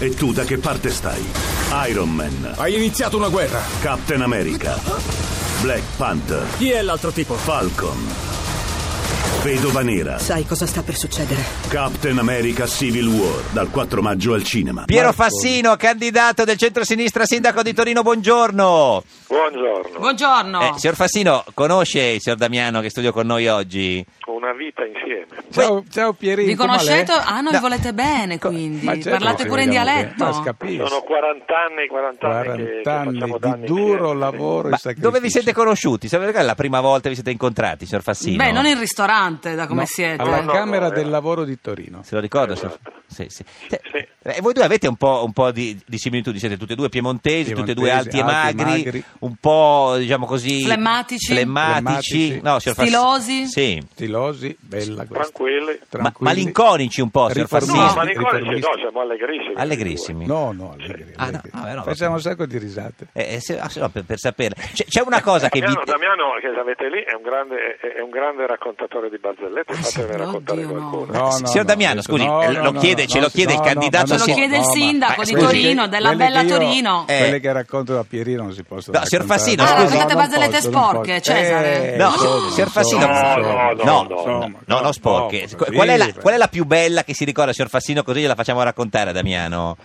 E tu da che parte stai? Iron Man, Hai iniziato una guerra. Captain America, Black Panther, Chi è l'altro tipo? Falcon, Vedova Nera, Sai cosa sta per succedere? Captain America Civil War, dal 4 maggio al cinema. Piero Fassino, candidato del centro-sinistra sindaco di Torino, buongiorno. Buongiorno. Buongiorno. Eh, signor Fassino, conosce il signor Damiano che studia con noi oggi? Una vita insieme. Ciao, ciao Pierino. vi conoscete? Ah, noi No. volete bene, Co- quindi. Ma certo, Parlate ci pure in vogliamo dialetto. bene. Ma scapisci. Sono 40 anni, 40 anni, che- 40 che, anni facciamo di danni duro insieme, lavoro Ma e sacrificio. dove vi siete conosciuti? Sapete che è la prima volta che vi siete incontrati, signor Fassino? Beh, non in ristorante, da come No, siete. Alla No, no, Camera no, del eh. Lavoro di Torino. Se lo ricordo, signor- Esatto. sì, sì. Se- Sì. eh, voi due avete un po', un po' di, di similitudini, siete tutti e due piemontesi, tutti e due alti Piemontesi, e alti e magri, magri. un po' diciamo così... Flemmatici. flemmatici. No, signor Fass- Stilosi. Sì. Stilosi, bella questa. Tranquilli. Ma, Tranquilli. malinconici un po', signor Riformisti. No, Fassino. Sì, ma Nicola riformisti. dice no, certo. siamo allegrissimi. Allegrissimi. No, no, allegri. Ah, no, allegri. vabbè, no, Facciamo vabbè. un sacco di risate. Eh, eh, se- ah, se no, per, per saperla. C'è, c'è una cosa che vi... Damiano, Damiano, che avete lì è un grande, è- è un grande raccontatore di barzellette, Ah, sì, fatene oddio, raccontare no. qualcuno. No, no, signor no, Damiano, adesso- scusi, no, eh, no, lo no, chiede- no, ce lo sì, chiede il no, no, candidato Ce ma lo no, chiede il no, ma- sindaco di quelle che- Torino, della quelle che bella io- Torino. Eh. Quelle che racconto da Pierino non si possono No, signor raccontare. Fassino, No, scusi. no, Raccontate non barzellette posso, non sporche, posso. Cesare. Eh, No, insomma, signor Fassino, insomma, no, no, no, no, insomma, no, no, sporche. no, Qu- qual, è la, sì, qual è la più bella che si ricorda, signor Fassino? Così gliela facciamo raccontare a Damiano.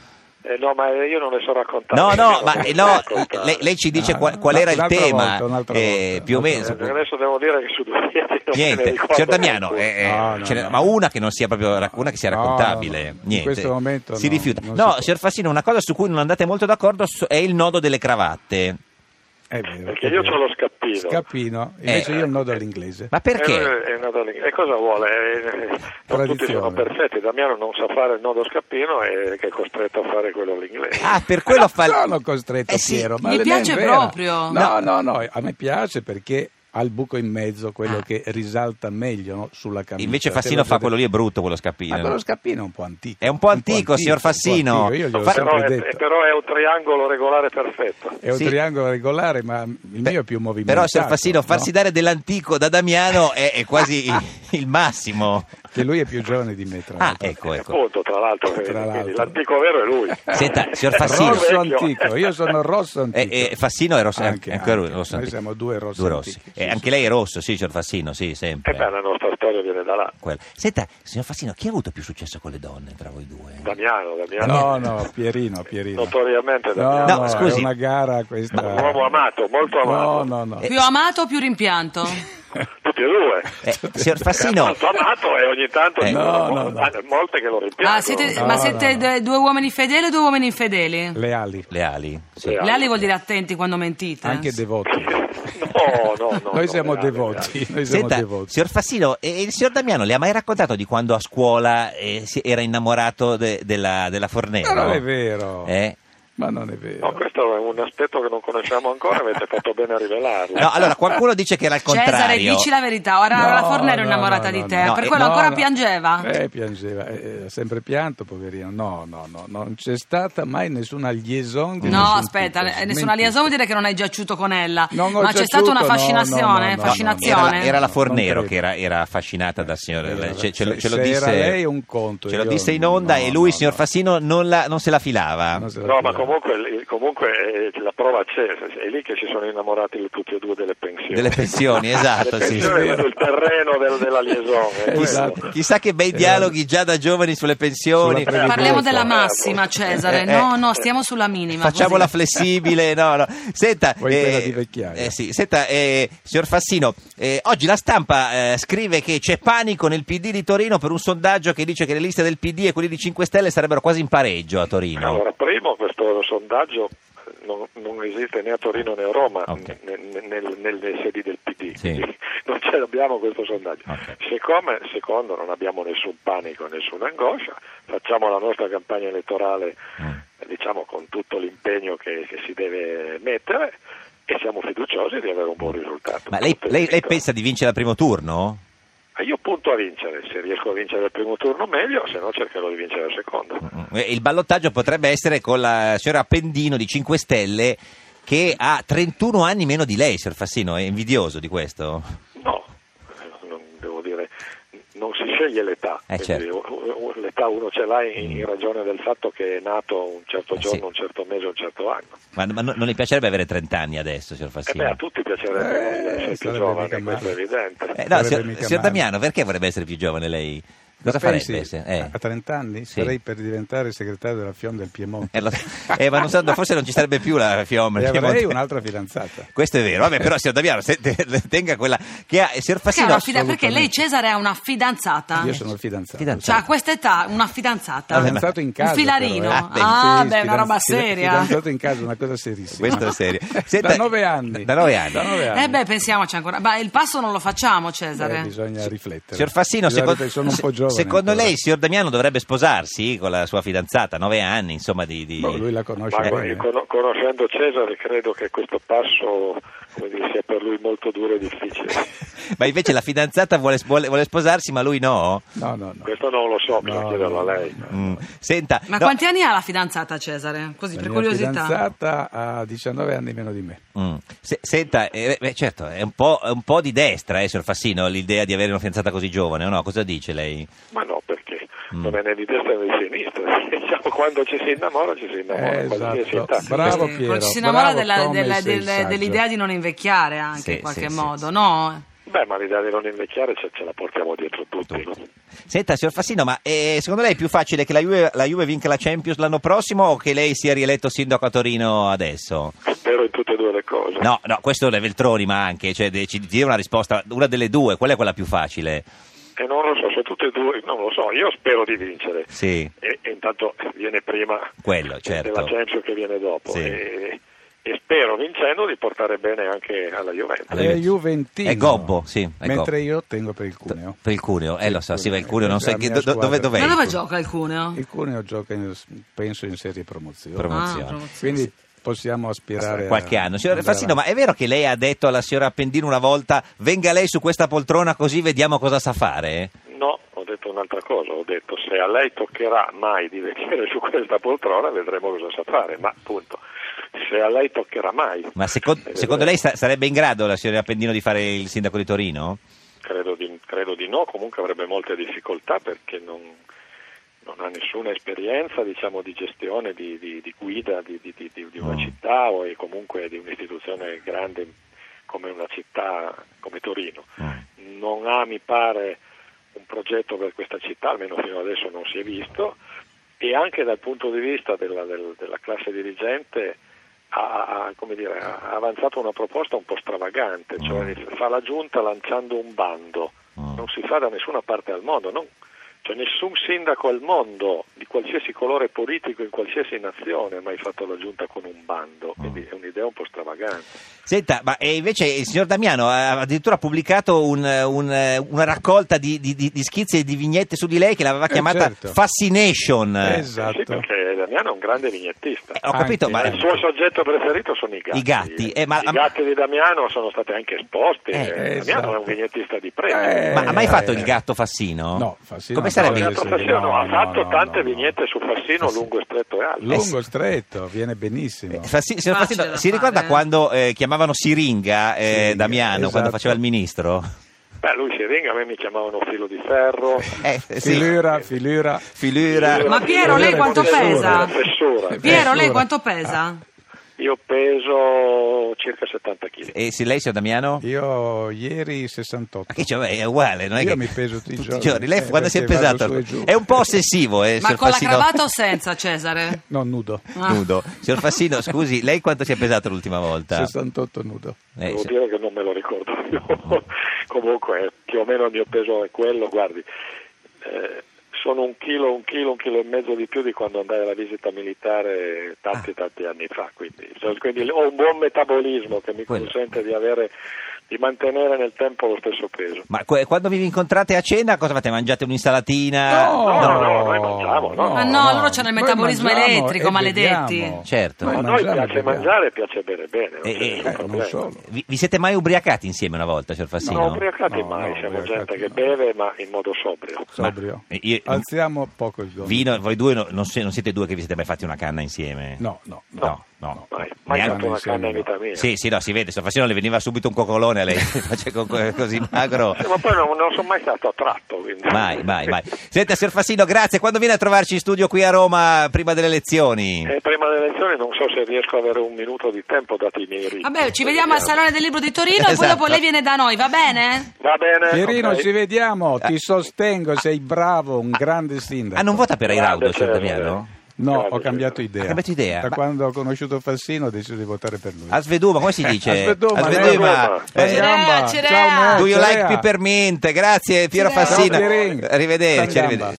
Eh, no, ma io non le so raccontate. No, no, Devo ma eh, no, raccontare. lei, lei ci dice Ah, qual, qual no, era il un'altra tema, volta, un'altra eh, volta, più o meno. un'altra Eh, Adesso devo dire che su due piedi non me ne Niente, ricordo signor Damiano, neanche uno. eh, No, no, ce n'è- no. ma una che non sia proprio rac- una che sia No, raccontabile. no, no. In Niente. questo momento si no, rifiuta. non si No, può. signor Fassino, una cosa su cui non andate molto d'accordo so- è il nodo delle cravatte. È vero, Perché è io vero. ho lo scappino. Scappino, invece Eh. io nodo all'inglese. Ma perché? Eh, eh, no, Dalì, E cosa vuole? Eh, eh, Non tutti Tradizione. sono perfetti. Damiano non sa fare il nodo scappino e che è costretto a fare quello all'inglese. Ah, per quello fa Eh, Sono costretto, Eh sì, Piero, ma gli le- piace è vera. proprio. No, no, no, a me piace perché ha il buco in mezzo, quello che risalta meglio no, sulla camicia. Invece Te l'ho Fassino già fa detto. quello lì, è brutto quello scappino. Ma quello scappino è un po' antico. È un po' antico, signor Fassino. un po' antico, Io gliel'ho Fa- però, sempre è, detto. Ecco, però è un triangolo regolare perfetto. È un Sì. triangolo regolare, ma il mio è più movimentato. Però, signor Fassino, no? Ah, farsi dare dell'antico da Damiano è, è quasi il, il massimo. Che lui è più giovane di me, tra Ah, l'altro. ecco, ecco. Appunto, tra l'altro, Tra quindi l'altro. l'antico vero è lui. Senta, signor Fassino. Rosso Vecchio. antico, io sono rosso antico. Eh, eh, Fassino è rosso, anche, Anche, anche lui, anche. rosso Noi antico. siamo due rossi antichi, Eh, sì, anche sì. lei è rosso, sì, signor Fassino, sì, sempre. E Eh beh, la nostra storia viene da là. Quello. Senta, signor Fassino, chi ha avuto più successo con le donne tra voi due? Damiano, Damiano. No, no, Pierino, Pierino. Notoriamente No, Damiano. No, no, scusi. è una gara questa. Un uomo amato, molto amato. No, no, no. Eh, Più amato o più rimpianto? Tutti e due. Eh, signor Fassino, Molto amato e ogni tanto Eh, ci no, sono no, mo- no. molte che lo rimpiangono. Ah, siete- No, ma no, siete no. de- due uomini fedeli o due uomini infedeli? Le ali, le ali. Sì. Le ali. Le ali vuol dire attenti quando Ah, mentite. anche devoti. No, no, no. Noi no, siamo veramente, devoti, noi siamo Senta, devoti. signor Fassino, e il signor Damiano le ha mai raccontato di quando a scuola eh, si era innamorato de- della, della Fornero? Ma non è vero. Eh? Ma non è No, vero. questo è un aspetto che non conosciamo ancora, avete fatto bene a rivelarlo. No, allora qualcuno dice che era il contrario. Cesare, dici la verità. Ora No, la Fornero è no, innamorata no, di no, te. no. per Eh, quello No, ancora no. piangeva. Eh, piangeva, eh, ha sempre pianto, poverino. No, no, no, non c'è stata mai nessuna liaison. di No, nessun aspetta, tipo. eh, nessuna Mentite. liaison vuol dire che non hai giaciuto con ella, Non ho ma c'è giaciuto, stata una no, no, no, fascinazione, no, Era, la- fascinazione. era la Fornero Non credo. che era, era affascinata dal signor. Eh, lei- vabbè, ce, ce lo- se- ce lo se disse, era lei è un conto, Ce lo io- disse in onda no, e lui, no, signor no. Fassino, non, la- non se la filava. Non se la No, ma ricordo. comunque, comunque eh, la prova c'è, è lì che si sono innamorati tutti e due delle pensioni. Delle pensioni, esatto. Le sì, sì. pensioni sono il terreno del- della liaison. eh, è quello. Esatto. Chissà, chissà che bei dialoghi già da giovani sulle pensioni. Sulla previdenza. Parliamo della Eh, massima, eh, Cesare. eh, No, eh. no, stiamo sulla minima. Facciamola così. flessibile, no, no. Senta, Vuoi quella di vecchiaia? eh, sì, senta, eh, signor Fassino, eh, oggi la stampa eh, scrive che c'è panico nel PD di Torino per un sondaggio che dice che le liste del PD e quelli di 5 Stelle sarebbero quasi in pareggio a Torino. Allora, primo, questo sondaggio eh, non, non esiste né a Torino né a Roma Ok. ne- ne- nel- nelle sedi del PD, Sì. quindi non ce l'abbiamo questo sondaggio. Ok. Siccome- secondo, non abbiamo nessun panico, nessuna angoscia, facciamo la nostra campagna elettorale Mm. eh, diciamo con tutto l'impegno che, che si deve mettere e siamo fiduciosi di avere un buon risultato. Ma lei, Tutte le lei- lei vittorie. pensa di vincere al primo turno? Eh, Io punto a vincere, se riesco a vincere il primo turno meglio, se no cercherò di vincere il secondo. Eh, Il ballottaggio potrebbe essere con la signora Appendino di 5 Stelle che ha 31 anni meno di lei, signor Fassino, è invidioso di questo. No, eh, non- devo dire, non si sceglie sceglie l'età, Eh, Quindi certo. Mm. o- o- l'età uno ce l'ha in, in ragione del fatto che è nato un certo Eh, sì. giorno, un certo mese, un certo anno. Ma, ma non non le piacerebbe avere 30 anni adesso, signor E Fassino? beh, a tutti piacerebbe Eh, essere più sarebbe mica giovane, male. questo è evidente. Eh, no, Sarebbe signor, mica signor male. Damiano, perché vorrebbe essere più giovane lei? Cosa Pensi, farebbe? se- eh. A 30 anni Sì. sarei per diventare segretario della FIOM del Piemonte. Eh, lo- eh, ma non so, forse non ci sarebbe più la fiamma. E avrei un'altra fidanzata. Questo è vero, vabbè, però signor Damiano, se- te- tenga quella che ha. eh, Perché, Signor Fassino, ha una fida- perché lei Cesare ha una fidanzata? Io sono il fidanzato. Fidanzato. Cioè, a questa età, una fidanzata. Ah, Vabbè, ma- Fidanzato in casa. Un filarino. però, eh. Ah, beh, Ah, Sì, beh, una fidanz- roba fida- seria. Fidanzato in casa, una cosa serissima. questo è serio. da nove anni. Da nove anni. Da nove anni. Eh beh, pensiamoci ancora. Ma il passo non lo facciamo, Eh, Cesare. bisogna riflettere. Signor Fassino, Bisogna secondo, riflettere, sono un po' giovane. eh. secondo ancora. lei, signor Damiano dovrebbe sposarsi con la sua fidanzata, nove anni, insomma, di... di- Boh, lui la conosce eh. Ma bene. con- conoscendo Cesare credo che questo passo come dire, sia per lui molto duro e difficile. Ma invece la fidanzata vuole, vuole- vuole sposarsi, ma lui no? No, no, no. Questo non lo so, bisogna No, chiederlo a no, lei. Mm, Senta, Ma no, quanti anni ha la fidanzata, Cesare? Così, La per mia curiosità. fidanzata ha 19 anni meno di me. mm, se- senta, eh, beh, certo, è un, po', è un po' di destra, eh, signor Fassino, l'idea di avere una fidanzata così giovane, o no? Cosa dice lei? Ma no, perché Mm. non è né di destra né di sinistra. Diciamo, quando ci si innamora, ci si innamora. Eh, qualsiasi esatto. età. Bravo Sì, Piero. Ci si innamora bravo della- come della- sei del- saggio. dell'idea di non invecchiare anche Sì, in qualche sì, sì, modo, sì. no? Beh, ma l'idea di non invecchiare ce, ce la portiamo dietro tutti. Tutti. Senta, signor Fassino, ma eh, secondo lei è più facile che la Juve, la Juve vinca la Champions l'anno prossimo o che lei sia rieletto sindaco a Torino adesso? Spero in tutte e due le cose. No, no, questo è Veltroni, ma anche, cioè, de- ci dia una risposta, una delle due, qual è quella più facile? E non lo so, se tutte e due, non lo so, io spero di vincere. Sì. E, e intanto viene prima Quello, della certo. Champions che viene dopo. Sì. E, e spero vincendo di portare bene anche alla Juventus. Alla È Juve- Juventino. Ah, È gobbo, sì, è Mentre io tengo per il cuneo. Per il cuneo, eh lo so, sì, per il cuneo, non so La che- mia do- dove, squadra. dov'è? Ma il dove cuneo? gioca il cuneo? Il cuneo gioca, in- penso, in serie promozione. Promozione. Ah, promozione. Quindi possiamo aspirare a- Qualche anno. Signor andare Fassino, ma avanti. è vero che lei ha detto alla signora Appendino una volta venga lei su questa poltrona così vediamo cosa sa fare? No, ho detto un'altra cosa, ho detto se a lei toccherà mai di venire su questa poltrona vedremo cosa sa fare, ma appunto, se a lei toccherà mai. Ma seco- Eh, secondo lei sa- sarebbe in grado la signora Appendino di fare il sindaco di Torino? Credo di, credo di no, comunque avrebbe molte difficoltà perché non, non ha nessuna esperienza diciamo, di gestione, di, di- di guida di, di- di- di- di una Mm. città o e comunque di un'istituzione grande come una città come Torino. Mm. Non ha, mi pare, un progetto per questa città, almeno fino adesso non si è visto, e anche dal punto di vista della, del- della classe dirigente ha, ha- come dire, ha avanzato una proposta un po' stravagante, cioè fa la giunta lanciando un bando, Mm. non si fa da nessuna parte al mondo, non- cioè nessun sindaco al mondo di qualsiasi colore politico in qualsiasi nazione ha mai fatto la giunta con un bando, Mm. quindi è un'idea un po' stravagante. Senta, ma eh, invece il signor Damiano ha addirittura pubblicato un, eh, un- una raccolta di, di- di- di schizzi e di vignette su di lei che l'aveva Eh, chiamata certo. Fascination. Eh, Sì, Esatto. perché Damiano è un grande vignettista. Eh, ho capito, Anche, ma... Il suo soggetto preferito sono i gatti. I gatti, eh, ma- I gatti di Damiano sono stati anche esposti. Eh, Damiano esatto. è un vignettista di pregio. Eh, Ma ha mai eh, fatto eh. il gatto Fassino? No, Fassino Come no, sarebbe? Ah, deve Gatto essere- Fassino no, ha no, fatto no, tante no, no. vignette su Fassino, lungo, stretto e alto. Lungo, stretto, viene benissimo. Eh, Fassi- signor Facile Fassino, da si ricorda fare. quando eh, chiamavano Siringa eh, Siringa, Damiano quando esatto. faceva il ministro? Beh, lui si ringa, a me mi chiamavano filo di ferro. Eh, sì. Filura, filura. Filura. Ma Piero, lei quanto Fessura, pesa? fessura. Eh, Piero, lei allora. quanto pesa? Ah. Io peso circa 70 kg. E se Eh, lei, signor Damiano? Io ieri Ma 68. che cioè, è uguale, non è Io che- mi peso tutti i giorni, Lei eh, quando si è perché vado pesato su e giù. è un po' ossessivo, eh, Ma signor con la Fassino. cravatta o senza, Cesare? No, nudo. Ah. Nudo. Signor Fassino, scusi, lei quanto si è pesato l'ultima volta? 68 nudo. Eh, Devo se- dire che non me lo ricordo più. Comunque, eh, più o meno il mio peso è quello. Guardi, eh, sono un chilo, un chilo, un chilo e mezzo di più di quando andai alla visita militare Ah. tanti, tanti anni fa. Quindi, cioè, quindi ho un buon metabolismo che mi Quello. consente di, avere, di mantenere nel tempo lo stesso peso. Ma que- quando vi incontrate a cena cosa fate? Mangiate un'insalatina? Eh, No, no, no, noi mangiamo, no. Ah, no, allora c'hanno il Noi metabolismo mangiamo elettrico, e maledetti. beviamo. Certo. Noi a noi mangiamo e piace beviamo. mangiare e piace bere bene. non Eh, c'è eh, nessun eh, non problema. solo. Vi, vi siete mai ubriacati insieme una volta, signor Fassino? No, ubriacati No, mai, no, siamo ubriacati gente che no. beve ma in modo sobrio. Sobrio. Ma- io- Alziamo poco il gomito. Vino, voi due no- non, se- non siete due che vi siete mai fatti una canna insieme? No, no, no. No. No, Mai, mai neanche- fatto una canna in vita mia. Sì, sì, no, si vede, sto facendo, le veniva subito un coccolone a lei, cioè, co- co- così magro. Eh, Ma poi non, non sono mai stato attratto. Quindi. Mai, mai, mai. Senta, signor Fassino, grazie. Quando viene a trovarci in studio qui a Roma prima delle elezioni? Eh, prima delle elezioni non so se riesco ad avere un minuto di tempo dati i miei ritmi. Ah. Vabbè, ci vediamo al Salone del Libro di Torino e poi Esatto. dopo lei viene da noi, va bene? Va bene. Pierino, Eh, ok. ci vediamo, ti sostengo, sei bravo, un grande sindaco. Eh. Ah, non vota per Airaudo, Grande, signor certo, Damiano? No, Grazie, ho cambiato certo. idea. Ha cambiato idea? Da Ma- quando ho conosciuto Fassino ho deciso di votare per lui. A Sveduma, come si dice? Asveduma, Asveduma. lei- Eh, Cirea, Ciao, Cirea. ciao, Do you Cirea. like peppermint? Grazie Piero Cirea. Fassino. Ciao, Pierin. Arrivederci, Ciao, Gamba. arrivederci.